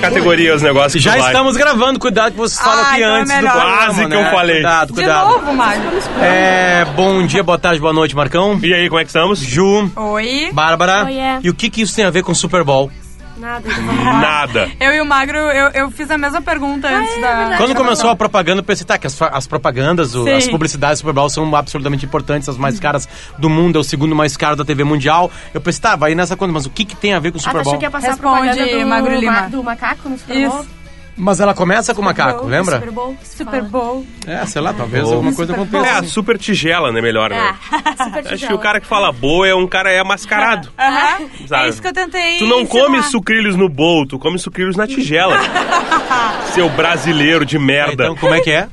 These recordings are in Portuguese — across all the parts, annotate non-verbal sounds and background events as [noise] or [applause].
categoria os negócios Já que tu vai. estamos gravando, cuidado que vocês falam Ah, aqui então é antes do melhor. programa, Quase que eu né? falei. Cuidado, De cuidado. novo, Magno. É, bom dia, boa tarde, boa noite, Marcão. E aí, como é que estamos? Ju, Oi. Bárbara. Oiê. E o que, que isso tem a ver com o Super Bowl? Nada, eu tô falando. Nada. Eu e o Magro, eu, eu fiz a mesma pergunta antes é da. verdade. Quando começou a propaganda, eu pensei, tá, que as, fa- as propagandas, o- Sim. as publicidades do Super Bowl são absolutamente importantes, as mais caras do mundo, é o segundo mais caro da TV mundial. Eu pensei, tá, vai nessa conta, mas o que, que tem a ver com o Ah, tu Super achou Bowl? que ia passar Responde, a propaganda do, Magro Lima. ma- do macaco no Super Bowl? Isso. Mas ela começa com o Ah, macaco, Bowl, lembra? é Super Bowl. que se Super fala. Bowl. É, sei lá, talvez Bowl. alguma coisa aconteça. É a super tigela, né? Melhor, né? Ah, super Acho que tigela. o cara que fala boa é um cara é mascarado. Aham. Sabe? É isso que eu tentei. Tu não ensinar. come sucrilhos no bowl, tu come sucrilhos na tigela. Seu brasileiro de Ah, merda. Então, como é que é?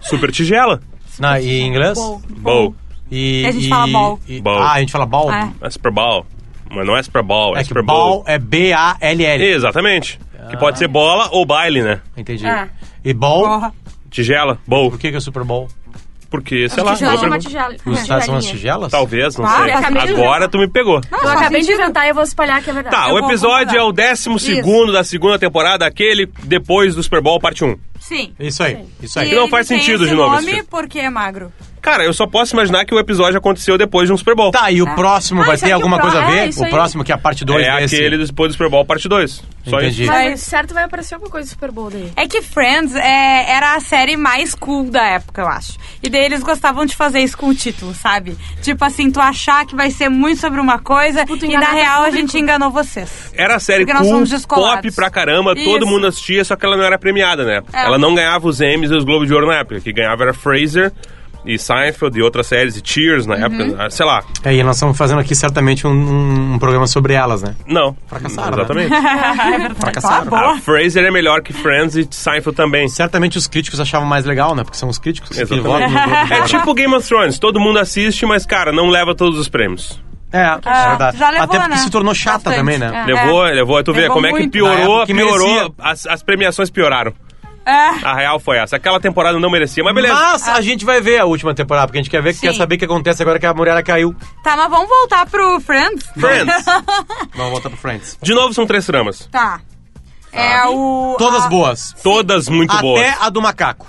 Super tigela. Na, em inglês? Bowl. Bowl. E, A gente e- fala ball. e- Ball. Ah, a gente fala ball? É. É super ball. Mas não é super ball, é, É que super ball bowl. é B-A-L-L. Exatamente. Que pode ser bola ou baile, né? Entendi. É. E ball? Porra. Tigela, bowl. Por que, que é Super Bowl? Porque, sei Acho lá, que tigela boa é uma pergunta. tigela. Os uma Estados são as tigelinha. tigelas? talvez, não Ah, sei. eu acabei de Agora inventar. tu me pegou. Eu Faz acabei de sentido. inventar e eu vou espalhar que é verdade. Tá, Eu o vou episódio concordar. é o 12 segundo da segunda temporada, aquele depois do Super Bowl, parte 1. Sim. Isso aí, isso aí. E É não faz ele tem sentido esse de novo esse nome filme. porque é magro. Cara, eu só posso imaginar que o episódio aconteceu depois de um Super Bowl. Tá, e o próximo Ah, vai isso ter aqui, alguma o coisa a pró- é, ver? isso o aí. próximo, que é a parte 2 é aquele depois do Super Bowl, parte 2. Só Entendi. isso. Mas certo vai aparecer alguma coisa do Super Bowl daí. É que Friends é, era a série mais cool da época, eu acho. E daí eles gostavam de fazer isso com o título, sabe? Tipo assim, tu achar que vai ser muito sobre uma coisa Tipo, tu e na enganar teu real a público. gente enganou vocês. Era a série Porque nós cool, somos descolados. pop pra caramba, todo Isso. mundo assistia, só que ela não era premiada, né? É. Ela não ganhava os Emmys e os Globo de Ouro na época. Que ganhava era Fraser e Seinfeld e outras séries, e Cheers na Uhum. época, sei lá. É, e nós estamos fazendo aqui certamente um, um- um programa sobre elas, né? Não. Fracassaram, né? Exatamente. [laughs] Fracassaram. A Fraser é melhor que Friends e Seinfeld também. Certamente os críticos achavam mais legal, né? Porque são os críticos que Exatamente. votam no Globo [laughs] de É Ouro. tipo Game of Thrones, todo mundo assiste, mas, cara, não leva todos os prêmios. É, é verdade. já levou, Até porque né? se tornou chata Bastante. também, né? É. Levou, levou, tu vê Levou como é que muito. Na piorou, época que merecia. piorou, as, as premiações pioraram. É. A real foi essa. Aquela temporada não merecia, mas beleza. Mas a gente vai ver a última temporada, porque a gente quer ver, Sim. quer saber o que acontece agora que a mulher caiu. Tá, mas vamos voltar pro Friends? Friends. [laughs] Vamos voltar pro Friends. De novo, são três tramas. Tá. É o. Todas a- boas. Todas muito Até boas. a do macaco.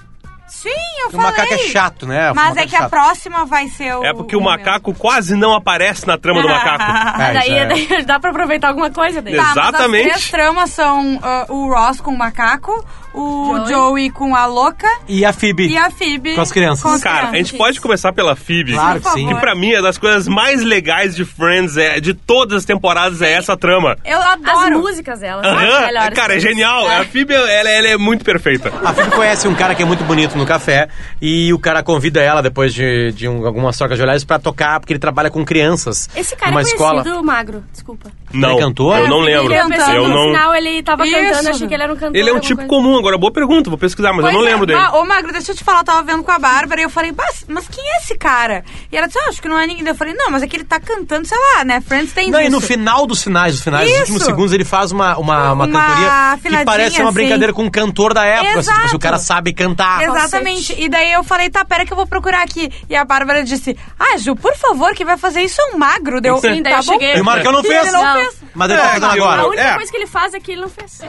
Sim, eu O falei. macaco é chato, né? O Mas macaco é que a chato. próxima vai ser o. É porque o macaco quase não aparece na trama do [laughs] [laughs] macaco. É, daí, isso é- daí [laughs] dá pra aproveitar alguma coisa daí. Exato. Tá, Exatamente. Mas as três tramas são ah, o Ross com o macaco, o Joey, Joey. com a louca E a Phoebe. e a Phoebe Com as crianças. com as Cara, a gente crianças. pode começar pela Phoebe. Claro que Por sim. Que pra mim, é das coisas mais legais de Friends, é, de todas as temporadas, é essa trama. Eu Tá, As adoro. músicas delas. são as Aham, melhores. Cara, é genial. A Phoebe, ela, ela é muito perfeita. A Phoebe conhece um cara que é muito bonito no café e o cara convida ela, depois de, de um- algumas trocas de olhares, pra tocar, porque ele trabalha com crianças. Esse cara numa é escola. conhecido magro, desculpa. Não, Ele é cantor? eu não fiquei lembro. pensando Eu no não... final ele tava Isso. cantando, achei que ele era um cantor. Ele é um alguma tipo coisa. comum agora. Boa pergunta, vou pesquisar, mas eu não Pois é. lembro dele. Ah, ô Magro, deixa eu te falar, eu tava vendo com a Bárbara e eu falei, mas, mas quem é esse cara? E ela disse, ah, acho que não é ninguém. Eu falei, não, mas é que ele tá cantando, sei lá, né? Friends tem Não, isso. e no final dos finais, dos finais, dos Isso. últimos segundos, ele faz uma, uma, uma, Uma cantoria afinadinha, que parece uma assim. brincadeira com um cantor da época. Assim, tipo, assim, Exato. o cara sabe cantar. Exatamente. falsete. E daí eu falei, tá, pera que eu vou procurar aqui. E a Bárbara disse, ah, Ju, por favor, que vai fazer isso é um magro. Deu, Sim, daí tá eu bom? cheguei. [laughs] E o Marcão não Ele fez. não Não. fez. Mas ele tá É, fazendo eu- agora. A única É. coisa que ele faz é que ele não fez.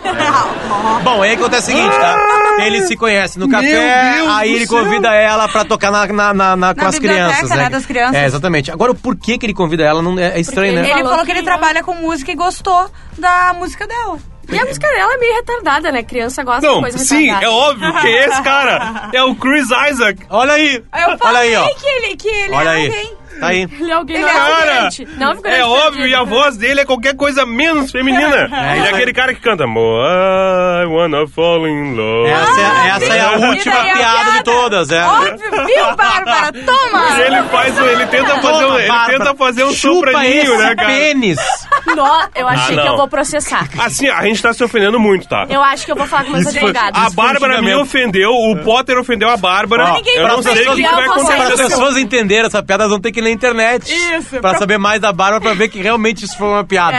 Bom, aí acontece o seguinte, tá? Ele se conhece no café, Ah! Deus aí do ele céu. convida ela pra tocar na, na, na- na- com as biblioteca, crianças, né? né, das crianças. É, exatamente. Agora, o porquê que ele convida ela não é, é estranho, Porque né? Ele falou, Falou que ele que- trabalha com música e gostou da música dela. E a música dela é meio retardada, né? Criança gosta de Não, coisa sim, retardada. é óbvio que é esse [laughs] cara. É o Chris Isaac. Olha aí! Eu Olha aí, falei ó. que ele, que ele Olha era aí. alguém. Tá aí. Ele é alguém não é Cara, figurante. Não é figurante é óbvio, perdido. e a voz dele é qualquer coisa menos [laughs] feminina. É, Ele é isso aquele aí. cara que canta I wanna fall in love. Essa, Ah, é, essa é a Deus. última E daí a piada de piada? todas, é. Óbvio, viu, Bárbara? Toma! E ele faz, um- ele tenta fazer um, ele é Bárbara, tenta fazer um Chupa sopraninho, esse né, cara? pênis! [laughs] Nó, eu achei Ah, que não. eu vou processar. Assim, a gente tá se ofendendo muito, tá? Eu acho que eu vou falar com meus Isso foi- advogados. A foi um Bárbara me xingamento. ofendeu, o Potter ofendeu a Bárbara. Ó, eu não pra sei o que, que pessoas- vai Não, acontecer. consegue. Para as nessa- pessoas entenderem essa piada, elas vão ter que ir na internet. Isso, É. Pra pra- [laughs] saber mais da Bárbara, pra ver que realmente isso foi uma piada.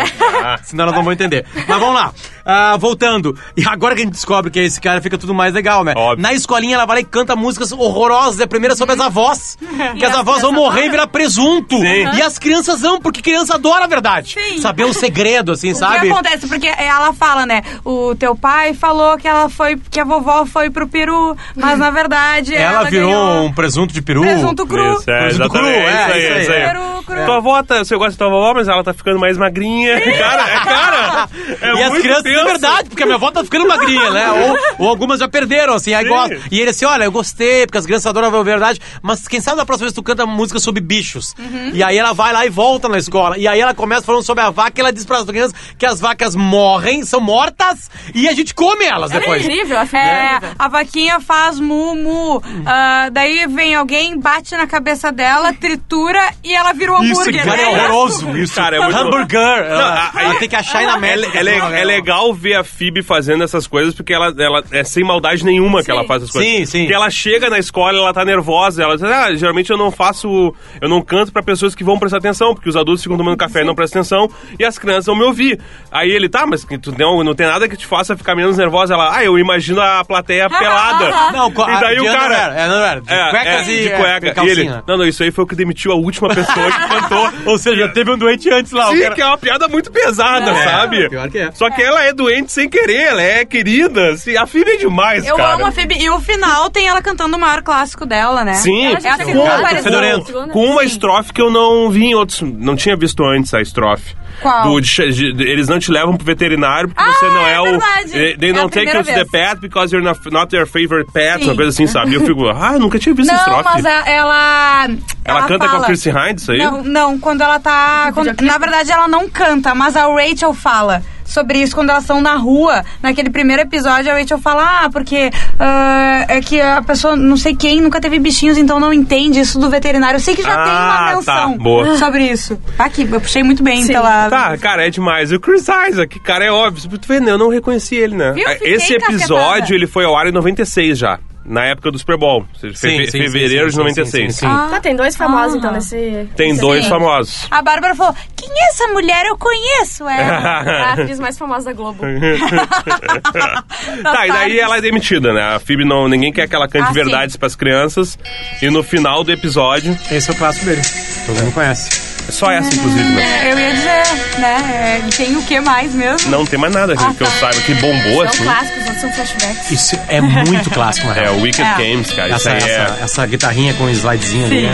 Senão elas não vão entender. Mas vamos lá. Ah, voltando. E agora que a gente descobre que é esse cara, fica tudo mais legal, né? Óbvio. Na escolinha ela vai lá e canta músicas horrorosas. A primeira é sobre as avós. que as Uhum. as avós vão crianças morrer e virar presunto. Sim. E as crianças amam, porque criança adora a verdade. Sim. Saber o segredo, assim, O sabe? que acontece? Porque ela fala, né? O teu pai falou que ela foi, que a vovó foi pro Peru, mas na verdade Ela, ela, virou ganhou um presunto de peru. presunto cru. Isso, é, Presunto cru, exatamente. é, isso aí, isso é, aí. isso aí. Peru cru. Tua avó, tá, você gosta da tua avó, mas ela tá ficando mais magrinha. Cara, é, cara. É e as muito crianças, é tenso. verdade, porque a minha avó tá ficando magrinha, né? Ou, ou algumas já perderam, assim, aí Sim. gosta. E ele assim, olha, eu gostei, porque as crianças adoram a verdade, mas quem sabe na próxima vez tu canta música sobre bichos. E aí ela vai lá e volta na escola. E aí ela começa falando sobre a vaca e ela diz pras crianças que as vacas morrem, são mortas, e a gente come elas depois. incrível, a figura é Né? É, incrível. a vaquinha faz mumu. Ah, daí vem alguém, bate na [laughs] cabeça dela, tritura e ela vira um Isso, hambúrguer. cara, é né? horroroso isso. Cara, é muito Hamburger. Ela, a- ela a- tem que achar aí na assim, né? É, meta. é le- é legal ver a Phoebe fazendo essas coisas, porque ela, ela é sem maldade nenhuma que Sim. ela faz essas coisas. Sim, sim. Porque ela chega na escola, ela tá nervosa, ela diz, ah, geralmente eu não faço, eu não canto pra pessoas que vão prestar atenção, porque os adultos ficam tomando café e não prestam atenção, e as crianças vão me ouvir. Aí ele, tá, mas que tu não, não tem nada que te faça ficar menos nervosa. Ela, ah, eu imagino a plateia pelada. Não, co- e daí de o cara... underwear, é underwear, de É, cuecas é, e de é, cueca. E ele, calcinha. não, não, isso aí foi o que demitiu a última pessoa que cantou. [laughs] Ou seja, teve um doente antes lá. o Sim, cara- que é uma piada muito pesada, É, [laughs] sabe? pior que é. Só que ela é doente sem querer, ela é querida. Assim, a filha é demais, Eu cara. amo a Phoebe. E o final tem ela cantando o maior clássico dela, né? Sim, Ela já com- tinha cantado, fedorento. né? com, com uma estrofe que eu não vi em outros. Não tinha visto antes a estrofe. Qual? Do- de- de- de- eles não te levam pro veterinário porque Ah, você não é, é o. verdade. They, they É a don't take primeira you to the vez. pet because you're not, not their favorite pet, Sim. uma coisa assim, sabe? E eu fico, ah, eu nunca tinha visto essa Não, estrofe. mas a- ela. Ela, ela canta com fala- a Chrissy Hines, isso aí? Não, não, quando ela tá. quando- na verdade, ela não canta, mas a Rachel fala sobre isso quando elas estão na rua. Naquele primeiro episódio, a Rachel fala: Ah, porque ah, é que a pessoa, não sei quem, nunca teve bichinhos, então não entende isso do veterinário. Eu sei que já tem Ah, uma menção tá, boa. sobre isso. Tá aqui, eu puxei muito bem Sim. pela. Tá, cara, é demais. E o Chris Isaac, cara, é óbvio. Tu vê, né? eu não reconheci ele, né? Viu? Fiquei Esse episódio, encasquetada. ele foi ao ar em 96 já. Na época do Super Bowl. Ou seja, Sim, feve- sim, fevereiro sim, sim, de 96. sim, sim, sim. Ah. Tá, tem dois famosos, Ah. então, nesse... Tem nesse dois elenco. famosos. A Bárbara falou: Quem é essa mulher? Eu conheço ela. É. A atriz mais famosa da [laughs] Globo. Uhum. Tá, e daí Tardes. ela é demitida, né? A Phoebe não... Ninguém quer que ela cante Ah, sim. verdades pras crianças. E no final do episódio... Esse é o clássico dele. Todo mundo conhece. É só Ah. essa, inclusive, né? Eu ia dizer, né? é, Tem o que mais mesmo? Não tem mais nada gente, que eu saiba que bombou, São assim. clássicos, outros são flashbacks. Isso é muito clássico, [laughs] na real. É, o Wicked É. Games, cara. isso Essa, aí é... essa, essa guitarrinha com slidezinho ali, né?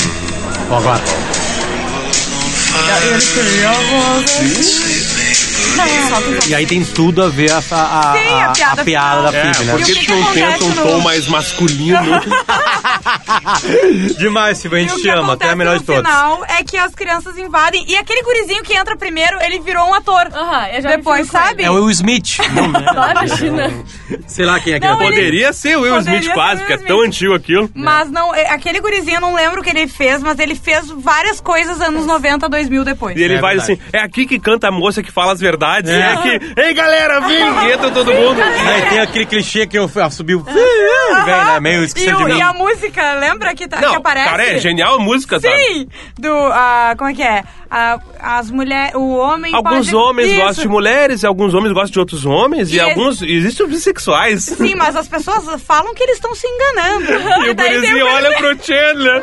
Ó, agora. É. E aí tem tudo a ver a, a, Sim, a a, a piada, piada da É, Phoebe, por E que o né? que que que não acontece tenta um no- tom mais masculino? Demais, Silvio, a E o que acontece no final é que as crianças invadem. E aquele gurizinho que entra primeiro, ele virou um ator. Aham, eu Ah, já me um Depois, fui com ele. sabe? É o Will [laughs] Smith. Não, né? Adoro, China. Sei lá quem é que Não, é. ele- [laughs] Poderia ser o Will Poderia ser Smith o quase, Will porque é Smith. tão antigo aquilo. Mas não, é, aquele gurizinho, eu não lembro o que ele fez, mas ele fez várias coisas anos 90, 2000 depois. E ele É vai verdade. assim, é aqui que canta a moça que fala as verdades. É. É, aqui, ei galera, [laughs] vem, e entra todo mundo. Aí tem aquele clichê que eu subiu. é, Velho, né? Meio Ah. E, esquecido o- de mim. e a música, lembra que, tá- que Não, aparece? cara, é genial a música, sabe? Sim! Do, ah, como é que é? Ah, as mulheres, o homem Alguns pode- homens Isso. gostam de mulheres, e alguns homens gostam de outros homens, e, E alguns. Existem os bissexuais. Sim, mas as pessoas falam que eles estão se enganando. [laughs] E o daí tem um gurizinho olha pro Chandler.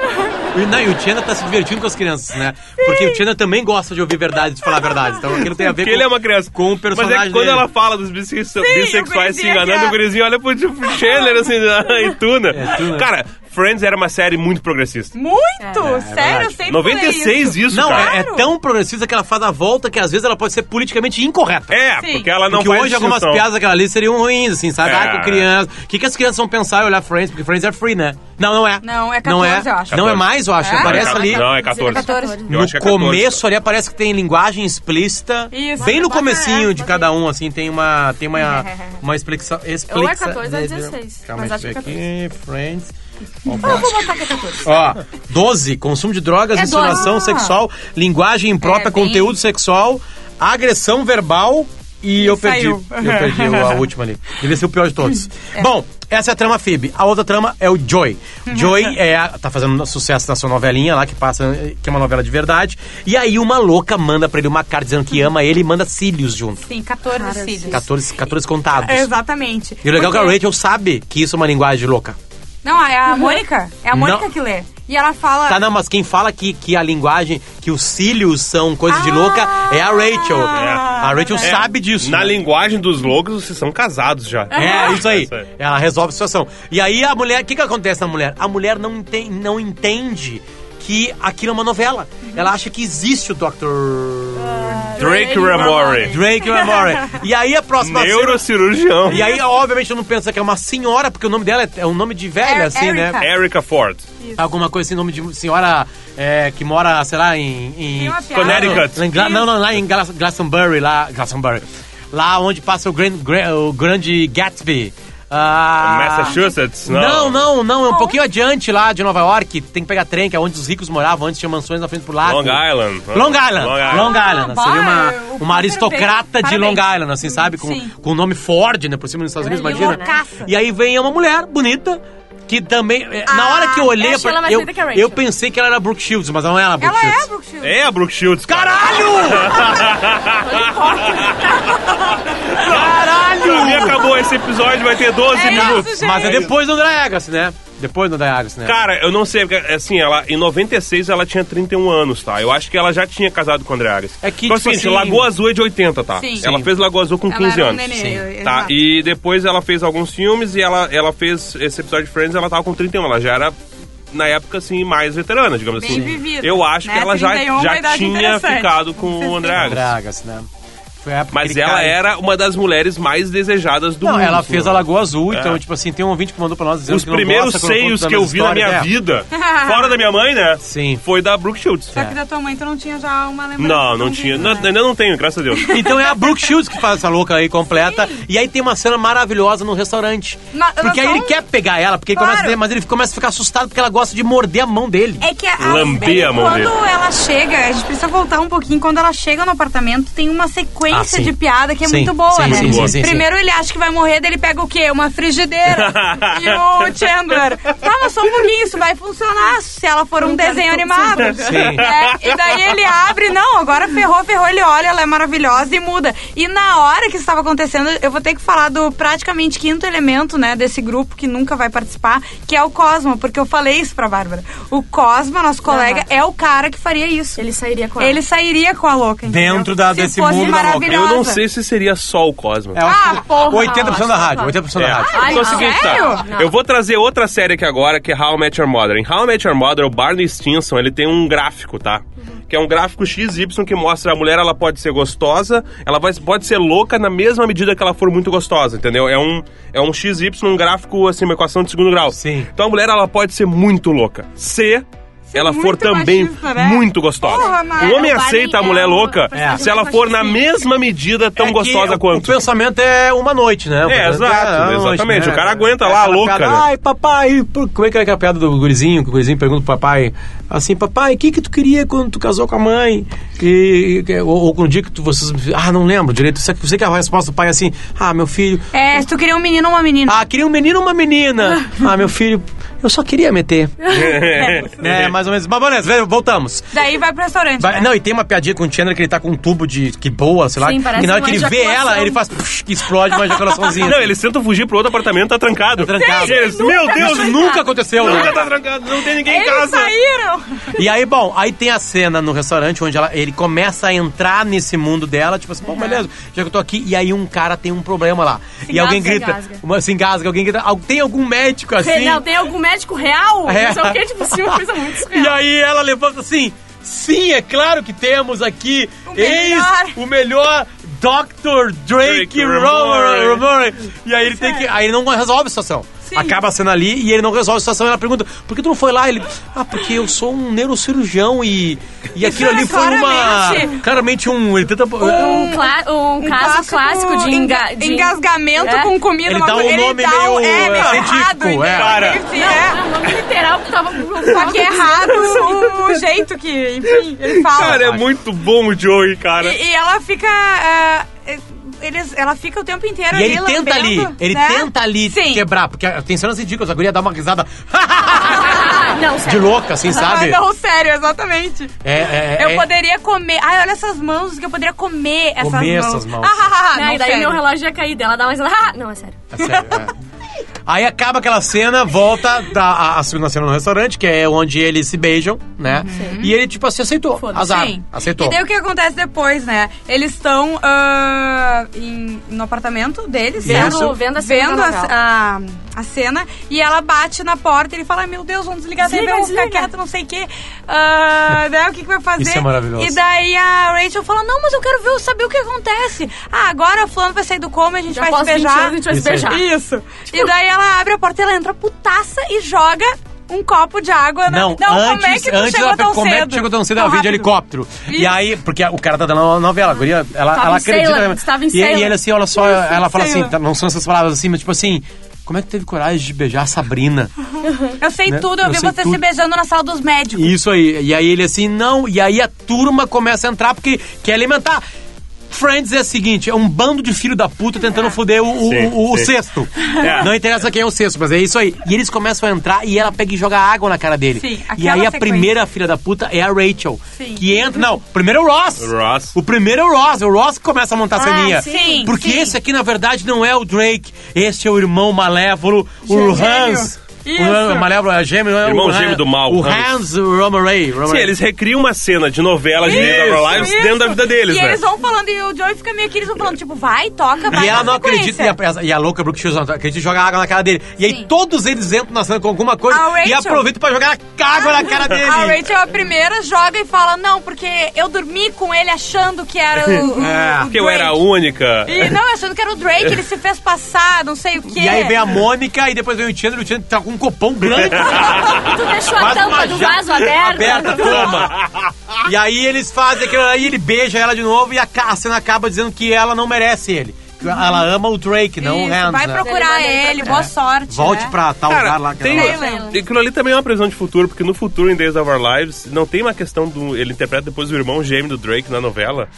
E, não, e o Tiana tá se divertindo com as crianças, né? Porque o Tiana também gosta de ouvir verdades, de falar verdades. Então aquilo tem a ver Porque com... ele é uma criança. com o personagem Mas é que quando dele. ela fala dos bisse- bissexuais se gurizinho aqui, enganando, ó. o gurizinho olha pro pro Chandler [laughs] assim, [laughs] e tuna. É, tuna. Cara, Friends era uma série muito progressista. É, Muito! sério, eu verdade. sempre falei isso. 96 isso, Não, cara. é, é Claro. tão progressista que ela faz a volta que às vezes ela pode ser politicamente incorreta. É, Sim. porque ela não Tá. Porque faz então. hoje algumas distinção. piadas daquela ali seriam ruins, assim, sabe? É. Ah, com criança. O que, que as crianças vão pensar e olhar Friends? Porque Friends é free, né? Não, não é. Não, é não é. 14, eu acho. Não é 14. mais, eu acho. É? Aparece Não, é ali. ca- Não, é 14. 14. Eu no acho que é 14. começo ali aparece que tem linguagem explícita. Isso. Bem no Bota, comecinho é, de bota cada um, assim, tem uma, tem [laughs] uma, uma explicação. Explica, Ou é 14 ou é 16, Calma, mas deixa eu ver acho que aqui. Friends. Eu vou botar que é 14. Ó, 12, consumo de drogas, É insinuação doze. Ah. sexual, linguagem imprópria, É, bem- conteúdo sexual, agressão verbal e eu perdi. saiu. [laughs] Eu perdi o- a última ali. Devia ser o pior de todos. Bom, Essa é a trama Phoebe. A outra trama é o Joy. Uhum. Joy é a- tá fazendo sucesso na sua novelinha lá, que passa, que é uma novela de verdade. E aí uma louca manda pra ele uma carta dizendo que ama ele e manda cílios junto. Sim, 14 Cara, filhos. 14, 14 contados. Exatamente. E o legal é que a Porque- Rachel sabe que isso é uma linguagem louca. Não, é a Mônica. É a Mônica Não. que lê. E ela fala. "Ah, Tá, não, mas quem fala que, que a linguagem, que os cílios são coisa de Ah! louca, é a Rachel. É. A Rachel É. sabe disso. Na né? linguagem dos loucos, vocês são casados já. É, isso aí. Ela resolve a situação. E aí a mulher, o que, que acontece na mulher? A mulher não, enten- não entende que aquilo é uma novela. Ela acha que existe o Dr. Drake Ramore. Drake Ramore. E aí a próxima cena- Neurocirurgião. E aí, obviamente, eu não pensa que é uma senhora, porque o nome dela é, é um nome de velha, É- assim, né? Erica. Erica Ford. Alguma coisa assim, nome de senhora é, que mora, sei lá, em. em Tem uma piada. Connecticut. Lá em Gla- não, não, lá em Glas- Glastonbury, lá. Glastonbury. Lá onde passa o, Grand, Gra- o Grande Gatsby. Ah, Massachusetts? Não, Não, não, não, é um Aonde? pouquinho adiante lá de Nova York, tem que pegar trem, que é onde os ricos moravam, antes tinha mansões na frente pro lado. Long Island. Long Long Island. Island. Long Island. Ah, Seria uma, bah, eu- uma aristocrata parabéns. de Long Island, assim, sabe? Com, Sim. É com o nome Ford, né? Por cima dos Estados Unidos, Olha, imagina. loucaça. E aí vem uma mulher bonita. Que também. é, na Ah, hora que eu olhei. eu achei ela mais eu, bonita que a Rachel. eu pensei que ela era Brooke Shields, mas não era Brooke Ela é Shields. a Brooke Shields. É a Brooke Shields. cara. Caralho! Pra mim Caralho! acabou esse episódio, vai ter 12 É isso, minutos. gente. Mas é depois do André Agassi, né? Depois do André Agassi, né? Cara, eu não sei, porque, assim, ela em 96 ela tinha 31 anos, tá? Eu acho que ela já tinha casado com o André Agassi. É que, Então, tipo seguinte, assim- Lagoa Azul é de 80, tá? Sim. Ela Sim. fez Lagoa Azul com Ela 15 era um anos. nenê, Sim. eu- Tá, exato. e depois ela fez alguns filmes e ela, ela fez esse episódio de Friends, ela tava com 31, ela já era na época assim mais veterana, digamos Bem assim. vivida, Eu acho né? que ela já, 31 é uma já idade tinha interessante. ficado com o é André André Agassi. Agassi, né? Foi a época Mas que ele ela cai- era uma das mulheres mais desejadas do Não, mundo. ela fez a né? Lagoa Azul, É. então, tipo assim, tem um ouvinte que mandou pra nós dizendo Os que não primeiros gosta quando conto seios da que eu mesma vi na minha história, né? vida, fora da minha mãe, né? Sim. Foi da Brooke Shields. Só que da tua mãe tu não tinha já uma lembrança. Não, não tão tinha. viva, Não, né? ainda não tenho, graças a Deus. Então é a Brooke Shields que faz essa louca aí completa. E aí tem uma cena maravilhosa num restaurante. Na- porque aí nós ele um- vamos- quer pegar ela, porque Claro. ele começa a ver, mas ele começa a ficar assustado porque ela gosta de morder a mão dele. É que a, Lambei a mão quando dele. ela chega, a gente precisa voltar um pouquinho. Quando ela chega no apartamento, tem uma Ah, sequência sim. de piada que é Sim, muito boa, sim, né? sim, sim, sim, Primeiro ele acha que vai morrer, daí ele pega o quê? [laughs] Uma frigideira e o Chandler. Tá, mas só um pouquinho, isso vai funcionar se ela for um desenho animado. Sim. É, e daí ele abre, não, agora ferrou, ferrou, ele olha, ela é maravilhosa e muda. E na hora que isso estava acontecendo, eu vou ter que falar do praticamente quinto elemento, né, desse grupo que nunca vai participar, que é o Cosma, porque eu falei isso pra Bárbara. O Cosma, nosso colega, Aham. é o cara que faria isso. Ele, Ele sairia com sairia com a louca, entendeu? Dentro da- Se desse fosse mundo da louca. Eu maravilhosa. não sei se seria só o Cosmo. É, eu acho Ah, que porra, 80% da rádio, 80% da rádio. Então é o não. seguinte, tá? Sério? Eu vou trazer outra série aqui agora, que é How I Met Your Mother. Em How I Met Your Mother, o Barney Stinson, ele tem um gráfico, tá? Que é um gráfico XY que mostra a mulher, ela pode ser gostosa, ela vai- pode ser louca na mesma medida que ela for muito gostosa, entendeu? É um, é um XY, um gráfico, assim, uma equação de segundo grau. Sim. Então a mulher, ela pode ser muito louca. Se... Ela for muito também machista, né? muito gostosa. Porra, mas o homem o Barney aceita a é mulher um louca personagem se ela mais for na machista. mesma medida tão É que gostosa o- quanto. O pensamento é uma noite, né? O É, pensamento exato, uma exatamente. O cara aguenta lá, aquela louca, piada, né? Ai, papai, por- como é que é aquela piada do gurizinho? Que o gurizinho pergunta pro papai, assim, papai, o que que tu queria quando tu casou com a mãe? E, e- ou, ou com o dia que tu, vocês... Ah, não lembro direito. Você, você que a resposta do pai é assim, ah, meu filho... É, se tu queria um menino ou uma menina. Ah, queria um menino ou uma [laughs] menina? Ah, meu filho, eu só queria meter. [laughs] é, mais ou menos. Mas beleza, velho, voltamos. Daí vai pro restaurante. Vai- né? não, e tem uma piadinha com o Chandler que ele tá com um tubo de que boa, sei lá. Sim, parece e na hora uma que ele vê ejaculação. ela, ele faz psh, que explode [laughs] uma ejaculaçãozinha. Não, eles tentam fugir pro outro apartamento, tá trancado. Tá trancado. E eles, meu Deus, Isso nunca, nunca aconteceu, nunca né? tá trancado, não tem ninguém em Eles casa. saíram! E aí, bom, aí tem a cena no restaurante onde ela- ele começa a entrar nesse mundo dela, tipo assim, bom, beleza, já que eu tô aqui, e aí um cara tem um problema lá. e alguém grita, engasga, uma- se engasga. engasga. alguém grita, "Al- tem algum médico assim? Não, tem algum médico real? É. Não sei o que, tipo assim, uma coisa muito [laughs] surreal. E aí ela levanta assim: sim, é claro que temos aqui O eis melhor. o melhor Dr. Drake Drake Ramore." Ramore. Ramore. E aí ele é. tem que. Aí ele não resolve a situação. Acaba a cena ali e ele não resolve a situação. Ela pergunta: por que tu não foi lá? Ele: ah, porque eu sou um neurocirurgião e. E aquilo era ali foi uma. claramente- Claramente um. Ele tenta. Um, cla- um caso clássico de, enga de engasgamento É. com comida. Ele uma dá um coisa- nome dá meio, é, é, meio errado, científico, entendeu? é. Cara. Enfim, Não, é. o nome literal que tava com um Só que é errado [laughs] o, o jeito é que, enfim, ele fala. Cara, é muito bom o Joey, cara. e, e ela fica. ah, é, eles, ela fica o tempo inteiro E ali ele tenta ali, lambendo, ele né? tenta ali Sim. quebrar, porque tem cenas ridículas, a guria dá uma risada [laughs] Ah, não, de sério. louca, [laughs] assim, sabe? Ah, não, sério, exatamente. É, é, é, eu poderia comer. Ai, olha essas mãos, que eu poderia comer essas Comer mãos. essas mãos. Ah, ah, ah, ah, Não, não, e daí sério. meu relógio ia cair dela, dá mais. Ah, não, é sério. é sério, é. Aí acaba aquela cena, volta da, a, a segunda cena no restaurante, que é onde eles se beijam, né? E ele, tipo assim, aceitou. Foda-se. Azar. Sim. Aceitou. E daí o que acontece depois, né? Eles estão ah, em- no apartamento deles, Isso. certo? Vendo a cena Vendo da a, novela. a- a cena e ela bate na porta e ele fala: "Ai, Meu Deus, vamos desligar a TV, Desliga, vamos ficar desliga." quieto, não sei o quê. Ah, daí o que, que vai fazer? Isso é maravilhoso. E daí a Rachel fala: Não, mas eu quero ver, saber o que acontece. Ah, agora o Fulano vai sair do coma, a gente Já vai se após 20 beijar. anos a gente vai se Isso aí. beijar. [laughs] Tipo- Isso. E daí ela abre a porta, ela entra putaça e joga um copo de água na... Não, antes, como é que tu antes chegou ela, tão como cedo? é que chegou tão cedo? Tão Ela veio de rápido. helicóptero. E Isso. aí, porque o cara tá dando uma novela, a guria, ela, Estava ela em acredita. Salem, né? estava em e, e Salem. ele assim, olha só, ela fala assim, Salem. tá- não são essas palavras assim, mas tipo assim, como é que tu teve coragem de beijar a Sabrina? Eu sei Né? tudo, eu, Eu vi sei você tudo. se beijando na sala dos médicos. Isso aí. E aí ele assim, não. E aí a turma começa a entrar porque quer alimentar. Friends é o seguinte, é um bando de filho da puta tentando É. foder o, o, Sim, o- o sim. sexto. É. Não interessa quem é o sexto, mas é isso aí. E eles começam a entrar e ela pega e joga água na cara dele. Sim, e aquela aí a sequência. primeira filha da puta é a Rachel. Sim. Que entra. Não, primeiro é o Ross. Ross. O primeiro é o Ross. O Ross que começa a montar a ceninha. Ah, sim, Porque sim. esse aqui, na verdade, não é o Drake. Esse é o irmão malévolo, o Gêmeo. Hans. Isso. O Hans- malévolo é gêmeo, é Irmão o Han- gêmeo do mal, O Hans. Hans Romeray. Romeray. Sim, eles recriam uma cena de novela de Isso, Dead or Alive isso. dentro da vida deles, E né? eles vão falando, e o Joey fica meio que eles vão falando, tipo, vai, toca, vai. E ela na não acredita, e sequência. a, e a louca Brooke Shields não acredita e joga água na cara dele. E aí todos eles entram na cena com alguma coisa A e Rachel- aproveitam pra jogar água na [laughs] cara dele. A Rachel é a primeira, joga e fala, não, porque eu dormi com ele achando que era o, o, É. o Porque eu era a Drake." única. E não, achando que era o Drake, ele se fez passar, não sei o quê. E aí vem a Mônica e depois vem o Chandler, e o Chandler tá com um copão [laughs] branco Tu deixou a Quase uma tampa do ja- vaso aberta. aberta, toma. E aí eles fazem aquilo aí, ele beija ela de novo e a, ca- a cena acaba dizendo que ela não merece ele. Que Ela ama o Drake, não o Uhum. Isso, Hans. Vai né? procurar Ele manda ele, ele boa sorte. Volte né? pra tal Cara, lugar lá. que tem- ela- Taylor. E Aquilo ali também é uma previsão de futuro, porque no futuro, em Days of Our Lives, não tem uma questão do. Ele interpreta depois o irmão gêmeo do Drake na novela.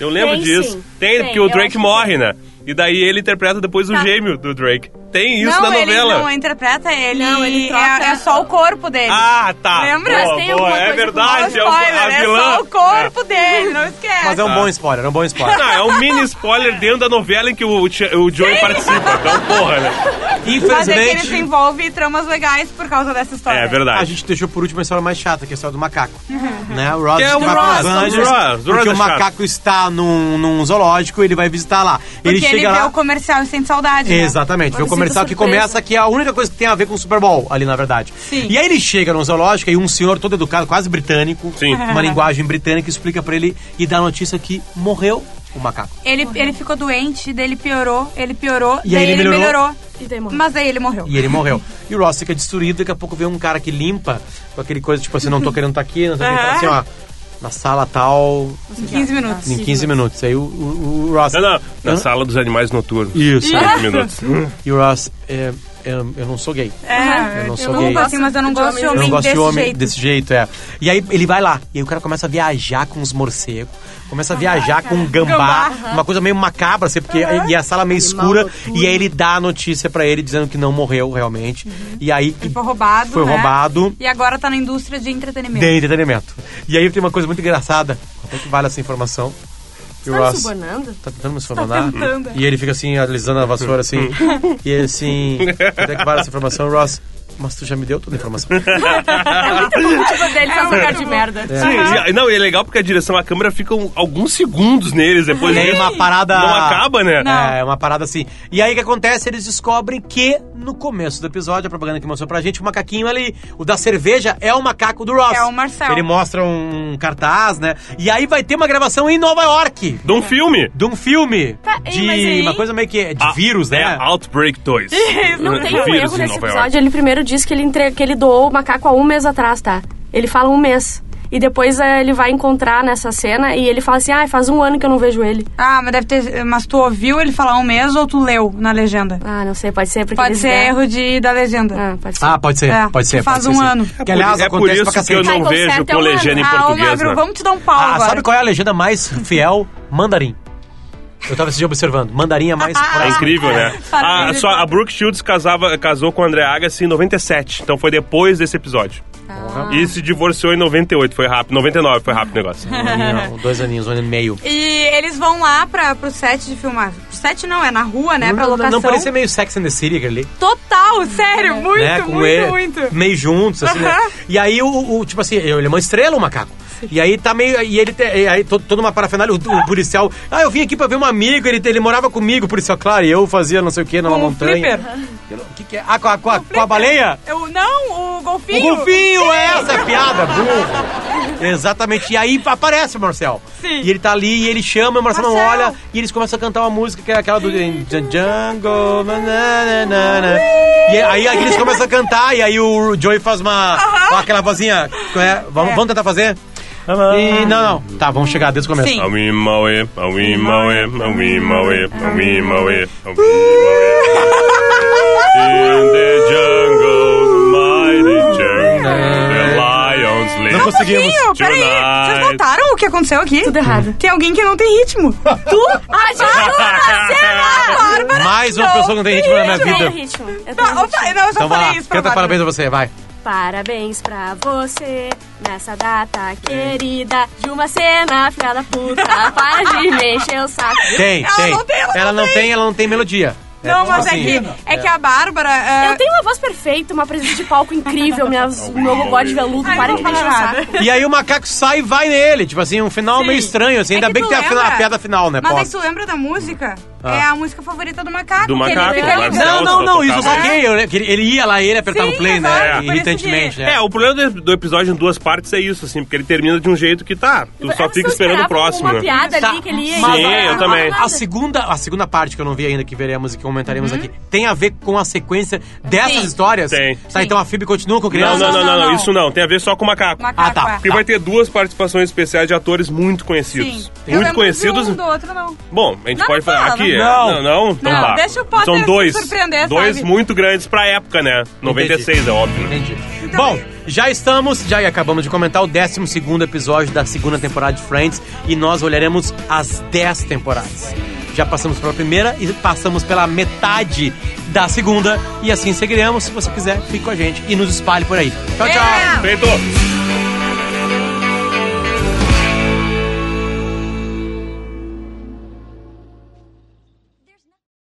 Eu lembro Tem, disso. sim. Tem, Tem, porque eu o acho Drake que morre, né? E daí ele interpreta depois o gêmeo do Drake. Tem isso não, na ele novela. não é interpreta, ele, Não, ele troca- é, é só o corpo dele. Ah, tá. Lembra? Boa, Mas tem boa, é alguma coisa com né? verdade. É, o, a Spoiler, é vilã. só o corpo dele, não esquece. Mas é um bom spoiler, é um bom [laughs] spoiler. Não, é um mini spoiler dentro da novela em que o, Ch- o Joey participa. Então, porra, né? um Mas é que ele se Infelizmente, envolve em tramas legais por causa dessa história. É a verdade. gente deixou por último a história mais chata, que é a história do macaco. Uhum. Né? O Ross Que é o vai para Ross, Los o Angeles, Ross, o Ross porque é o chato. macaco está num, num zoológico, ele vai visitar lá. Porque ele, chega vê lá... o comercial e sente saudade. né? Exatamente, vê o Quando comercial sinto que surpresa. começa, que é a única coisa que tem a ver com o Super Bowl ali, na verdade. Sim. E aí ele chega no zoológico e um senhor todo educado, quase britânico, Sim. uma linguagem britânica, explica pra ele e dá a notícia que morreu o macaco. Ele, ele ficou doente, daí ele piorou, ele piorou, E daí aí ele ele melhorou. melhorou. E daí morreu. Mas daí ele morreu. E ele morreu. [laughs] E o Ross fica destruído, daqui a pouco vem um cara que limpa com aquele coisa, tipo assim, não tô querendo estar aqui, não tô querendo tá Aham. assim, ó. Na sala tal, Em 15 minutos. em 15 minutos. Aí o, o, o Ross. Não, não. Na Hã? sala dos animais noturnos. Isso. é. Hum. 20 minutos. E o Ross, é, é, eu não sou gay. É, Eu não sou desculpa, gay. assim, mas eu não De gosto de homem. Eu não homem gosto desse de homem jeito. desse jeito, é. E aí ele vai lá, e aí o cara começa a viajar com os morcegos, Ah, começa a viajar com um gambá, uma coisa meio macabra, assim, porque e a sala meio escura, e aí ele dá a notícia pra ele dizendo que não morreu realmente. E aí Uhum. Ele foi roubado, foi né? roubado E agora tá na indústria de entretenimento. [laughs] de entretenimento. E aí tem uma coisa muito engraçada, quanto é que vale essa informação? E o Tá me Ross [laughs] subornando? tá tentando me subornar. E ele fica assim, alisando a vassoura [laughs] assim. e ele assim, quanto é que vale essa informação, Ross? Mas tu já me deu toda a informação. [laughs] Tipo, dele tá faz um lugar de merda. É Sim, e- não, e é legal porque a direção, a câmera fica um- alguns segundos neles depois. Tem disso. uma parada. Não acaba, né? Não. É, uma parada assim. E aí o que acontece? Eles descobrem que no começo do episódio, a propaganda que mostrou pra gente, o macaquinho ali, o da cerveja, é o macaco do Ross. É o Marcel. Ele mostra um cartaz, né? E aí vai ter uma gravação em Nova York. De um filme. De um filme. Tá, e- de mas aí- uma coisa meio que. de Ah, vírus, né? É Outbreak 2. [laughs] Não tem um Vírus erro em nesse Nova York. episódio. Ele primeiro diz que ele, entre... que ele doou o macaco há um mês atrás, tá? Ele fala um mês. E depois eh, ele vai encontrar nessa cena e ele fala assim: ah, faz um ano que eu não vejo ele. Ah, mas deve ter. Mas tu ouviu ele falar um mês ou tu leu na legenda? Ah, não sei, pode ser porque. Pode eles ser deram- erro de, da legenda. Ah, pode ser. Ah, pode ser, É, pode ser. faz pode ser, um sim. ano. Que, aliás, É por acontece isso pra que eu cacete. não Michael vejo Certa com é um ano. legenda em Ah, ô português, Magro, né? vamos te dar um pau Ah, agora. sabe qual é a legenda mais fiel? Mandarim. Eu tava esse dia observando. Mandarim é [laughs] mais É próximo. incrível, né? A, Parabéns, só, a então. Brooke Shields casava, casou com o André Agassi em 97, então foi depois desse episódio. E se divorciou em 98, foi rápido. 99 foi rápido o negócio. Uhum. Não, dois aninhos, um ano e meio. E eles vão lá pra, pro set de filmar. Pro set não, é na rua, né? Pra não, não, locação. não parecia meio Sex and the City aquele ali. Total, sério, muito, né, com muito, ele, muito. meio juntos, assim, né? Aham. E aí, o, o- tipo assim, ele é uma estrela, o macaco. E aí tá meio. E ele te- e aí to- toda uma parafernália, o, o policial. Ah, eu vim aqui pra ver um amigo, ele, ele morava comigo, o policial, claro, e eu fazia não sei o que numa Com o montanha. flipper. um O que, que é? Ah, com a, com a, com a baleia? Eu, não, o O golfinho. golfinho, é essa a piada, burro. Exatamente. E aí aparece o Marcel. Sim. E ele tá ali, e ele chama, o Marcel, não Marcel. olha, e eles começam a cantar uma música que é aquela do Django. nananana. E aí, aí eles começam a cantar, e aí o Joey faz uma. ó, aquela vozinha. é, vamos, vamos tentar fazer? E, não, não. Tá, vamos chegar desde o começo. Sim. Aui, mauê, aui, mauê, aui, mauê, aui, mauê, aui, mauê. In the jungle, mighty jungle, the lions Não live. conseguimos. Golfinho, peraí. Vocês Tonight. notaram o que aconteceu aqui? Tudo errado. Tem alguém que não tem [laughs] ritmo. tu? Ah, A Bárbara! Mais uma pessoa que não tem ritmo na minha Eu tenho vida. ritmo. Eu tenho Não, eu, ritmo. fa- não, eu só Então vai falei lá, isso pra canta Bárbara. parabéns a você, vai. Parabéns pra você nessa data querida de uma cena, filha da puta. Para de me encher o saco. Tem, Ela tem. não tem, ela não não tem, ela não tem melodia. É Não, tipo mas é assim. que, é que a Bárbara... é, Eu tenho uma voz perfeita, uma presença de palco incrível, minhas, meu gogó de veludo. Ai, Para não de me vou encher o falar saco. E aí o macaco sai e vai nele. Tipo assim, um final meio estranho, assim. É Ainda que bem tu que tem a, fina- lembra? a piada final, né? Ah. Mas é pós. aí tu lembra da música? É a música favorita do macaco. Do que macaco, Ele claro. fica ligando. Não, não, não, isso eu Tocava. saquei. Eu lembro que ele, ele ia lá, ele apertava Sim, o play, exato, né? por isso Irritantemente, que- né? É, o problema do- do episódio em duas partes é isso, assim, porque ele termina de um jeito que tá, tu só Elas fica esperando não o esperavam próximo, Uma né? piada Tá. ali que ele ia. Sim, eu também. A segunda, a segunda parte que eu não vi ainda, que veremos e que comentaremos aqui, tem a ver com a sequência dessas Sim. histórias? Tem. Tá, então a Phoebe continua com Não, criança? não, não, não, não, não, não. isso não, tem a ver só com o macaco. Macaco, Ah, é. tá. Porque vai ter duas participações especiais de atores muito conhecidos. Sim. Eu lembro Muito de conhecidos. Um, do outro não. Bom, a gente Não, pode não falar fala, aqui. não. é, Não, não, então Não, tá. deixa o Potter São se dois. surpreender, dois sabe? muito grandes pra época, né? 96 é óbvio. né? Entendi. Bom, já estamos, já acabamos de comentar o 12 episódio da segunda temporada de Friends e nós olharemos as 10 temporadas. Já passamos pela primeira e passamos pela metade da segunda e assim seguiremos. Se você quiser, fique com a gente e nos espalhe por aí. Tchau, tchau! Yeah! Feito!